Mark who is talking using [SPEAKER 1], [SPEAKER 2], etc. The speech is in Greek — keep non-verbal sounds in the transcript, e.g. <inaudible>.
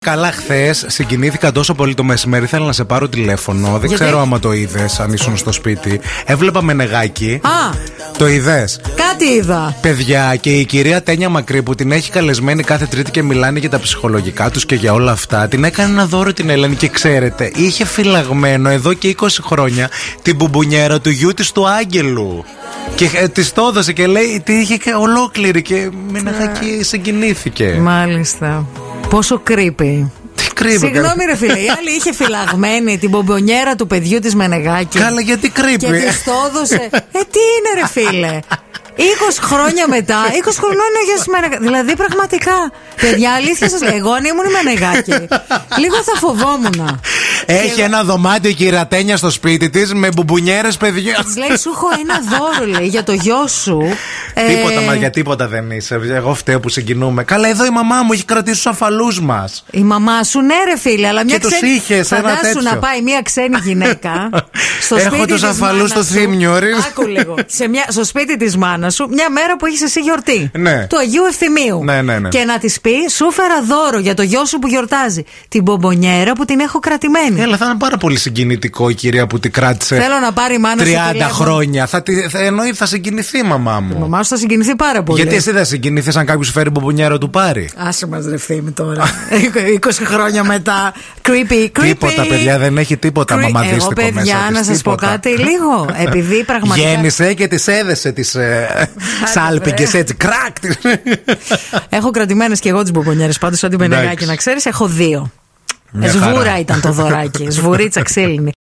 [SPEAKER 1] Καλά, χθες συγκινήθηκα τόσο πολύ το μεσημέρι. Θέλω να σε πάρω τηλέφωνο. Δεν
[SPEAKER 2] Γιατί?
[SPEAKER 1] ξέρω άμα το είδες, αν ήσουν στο σπίτι. Έβλεπα με νεγάκι.
[SPEAKER 2] Α,
[SPEAKER 1] Το είδες.
[SPEAKER 2] κάτι είδα.
[SPEAKER 1] Παιδιά και η κυρία Τένια Μακρύ που την έχει καλεσμένη κάθε Τρίτη και μιλάνε για τα ψυχολογικά τους και για όλα αυτά, την έκανε ένα δώρο την Ελένη και ξέρετε, είχε φυλαγμένο εδώ και 20 χρόνια την μπουμπουνιέρα του γιού της του Άγγελου. Και ε, της το έδωσε και λέει τι είχε και ολόκληρη και με
[SPEAKER 2] Ναι.
[SPEAKER 1] νεγάκι συγκινήθηκε.
[SPEAKER 2] Μάλιστα. Πόσο creepy.
[SPEAKER 1] Τι κρύβει,
[SPEAKER 2] Συγγνώμη, ρε φίλε. Η άλλη είχε φυλαγμένη την μπομπονιέρα του παιδιού της Μενεγάκη.
[SPEAKER 1] Καλά, γιατί
[SPEAKER 2] και
[SPEAKER 1] κρύβει.
[SPEAKER 2] της το
[SPEAKER 1] <laughs>
[SPEAKER 2] έδωσε. ε, τι είναι, ρε φίλε. 20 χρόνια μετά, 20 χρονών είναι ο Γιώργο Μενεγάκη. Δηλαδή, πραγματικά. Παιδιά, αλήθεια σας λέω. Εγώ αν ήμουν η Μενεγάκη, λίγο θα φοβόμουν.
[SPEAKER 1] Έχει ένα δωμάτιο η κυρατένια στο σπίτι της με μπουμπουνιέρες παιδιά.
[SPEAKER 2] Της λέει, σου έχω ένα δώρο, λέει, για το γιο σου.
[SPEAKER 1] Τίποτα,
[SPEAKER 2] Ε,
[SPEAKER 1] μα για τίποτα δεν είσαι. Εγώ φταίω που συγκινούμε. Καλά, εδώ η μαμά μου έχει κρατήσει τους αφαλούς μας.
[SPEAKER 2] Η μαμά σου, ναι, ρε φίλε, αλλά μια
[SPEAKER 1] Και τους
[SPEAKER 2] ξένη.
[SPEAKER 1] είχες ένα
[SPEAKER 2] Φαντάσου
[SPEAKER 1] τέτοιο.
[SPEAKER 2] να πάει μια ξένη
[SPEAKER 1] <laughs>
[SPEAKER 2] γυναίκα. στο
[SPEAKER 1] Έχω
[SPEAKER 2] σπίτι
[SPEAKER 1] τους
[SPEAKER 2] της
[SPEAKER 1] αφαλούς
[SPEAKER 2] μάνας
[SPEAKER 1] στο
[SPEAKER 2] σου.
[SPEAKER 1] θύμιο, ρε.
[SPEAKER 2] Άκου λίγο. Σε μια, στο σπίτι της μάνας σου, μια μέρα που έχεις εσύ γιορτή.
[SPEAKER 1] Ναι.
[SPEAKER 2] Του Αγίου Ευθυμίου.
[SPEAKER 1] Ναι, ναι, ναι.
[SPEAKER 2] Και να της πει, σου φέρα δώρο για το γιο σου που γιορτάζει. Την μπομπονιέρα που την έχω κρατημένη. Ναι.
[SPEAKER 1] Έλα, θα είναι πάρα πολύ συγκινητικό η κυρία που την κράτησε
[SPEAKER 2] Θέλω να πάρει η μάνα
[SPEAKER 1] 30
[SPEAKER 2] σου. τηλέφωνο.
[SPEAKER 1] χρόνια. Θα, τη- θα, εννοεί, θα συγκινηθεί η μαμά
[SPEAKER 2] Η
[SPEAKER 1] μου.
[SPEAKER 2] μαμά σου θα συγκινηθεί πάρα πολύ.
[SPEAKER 1] Γιατί εσύ δεν συγκινηθείς αν κάποιος φέρει μπουμπουνιέρο του πάρει.
[SPEAKER 2] Άσε μας ρε ευθύμη
[SPEAKER 1] <laughs>
[SPEAKER 2] τώρα 20 χρόνια μετά Creepy, creepy
[SPEAKER 1] Τίποτα, παιδιά, δεν έχει τίποτα
[SPEAKER 2] Κρι- Εγώ,
[SPEAKER 1] μαμαδίστικο μέσα
[SPEAKER 2] παιδιά,
[SPEAKER 1] της,
[SPEAKER 2] να σας πω
[SPEAKER 1] τίποτα.
[SPEAKER 2] κάτι λίγο.
[SPEAKER 1] <laughs>
[SPEAKER 2] Επειδή πραγματικά.
[SPEAKER 1] Γέννησε και τη έδεσε τις ε, σάλπικε έτσι. Κράκ! τις-
[SPEAKER 2] Έχω κρατημένες και εγώ τις μπομπονιέρες πάντως, σαν την
[SPEAKER 1] Εντάξει.
[SPEAKER 2] Πενεγάκη, να ξέρεις. Έχω δύο.
[SPEAKER 1] Μια χαρά.
[SPEAKER 2] Σβούρα ήταν το δωράκι. Σβουρίτσα ξύλινη.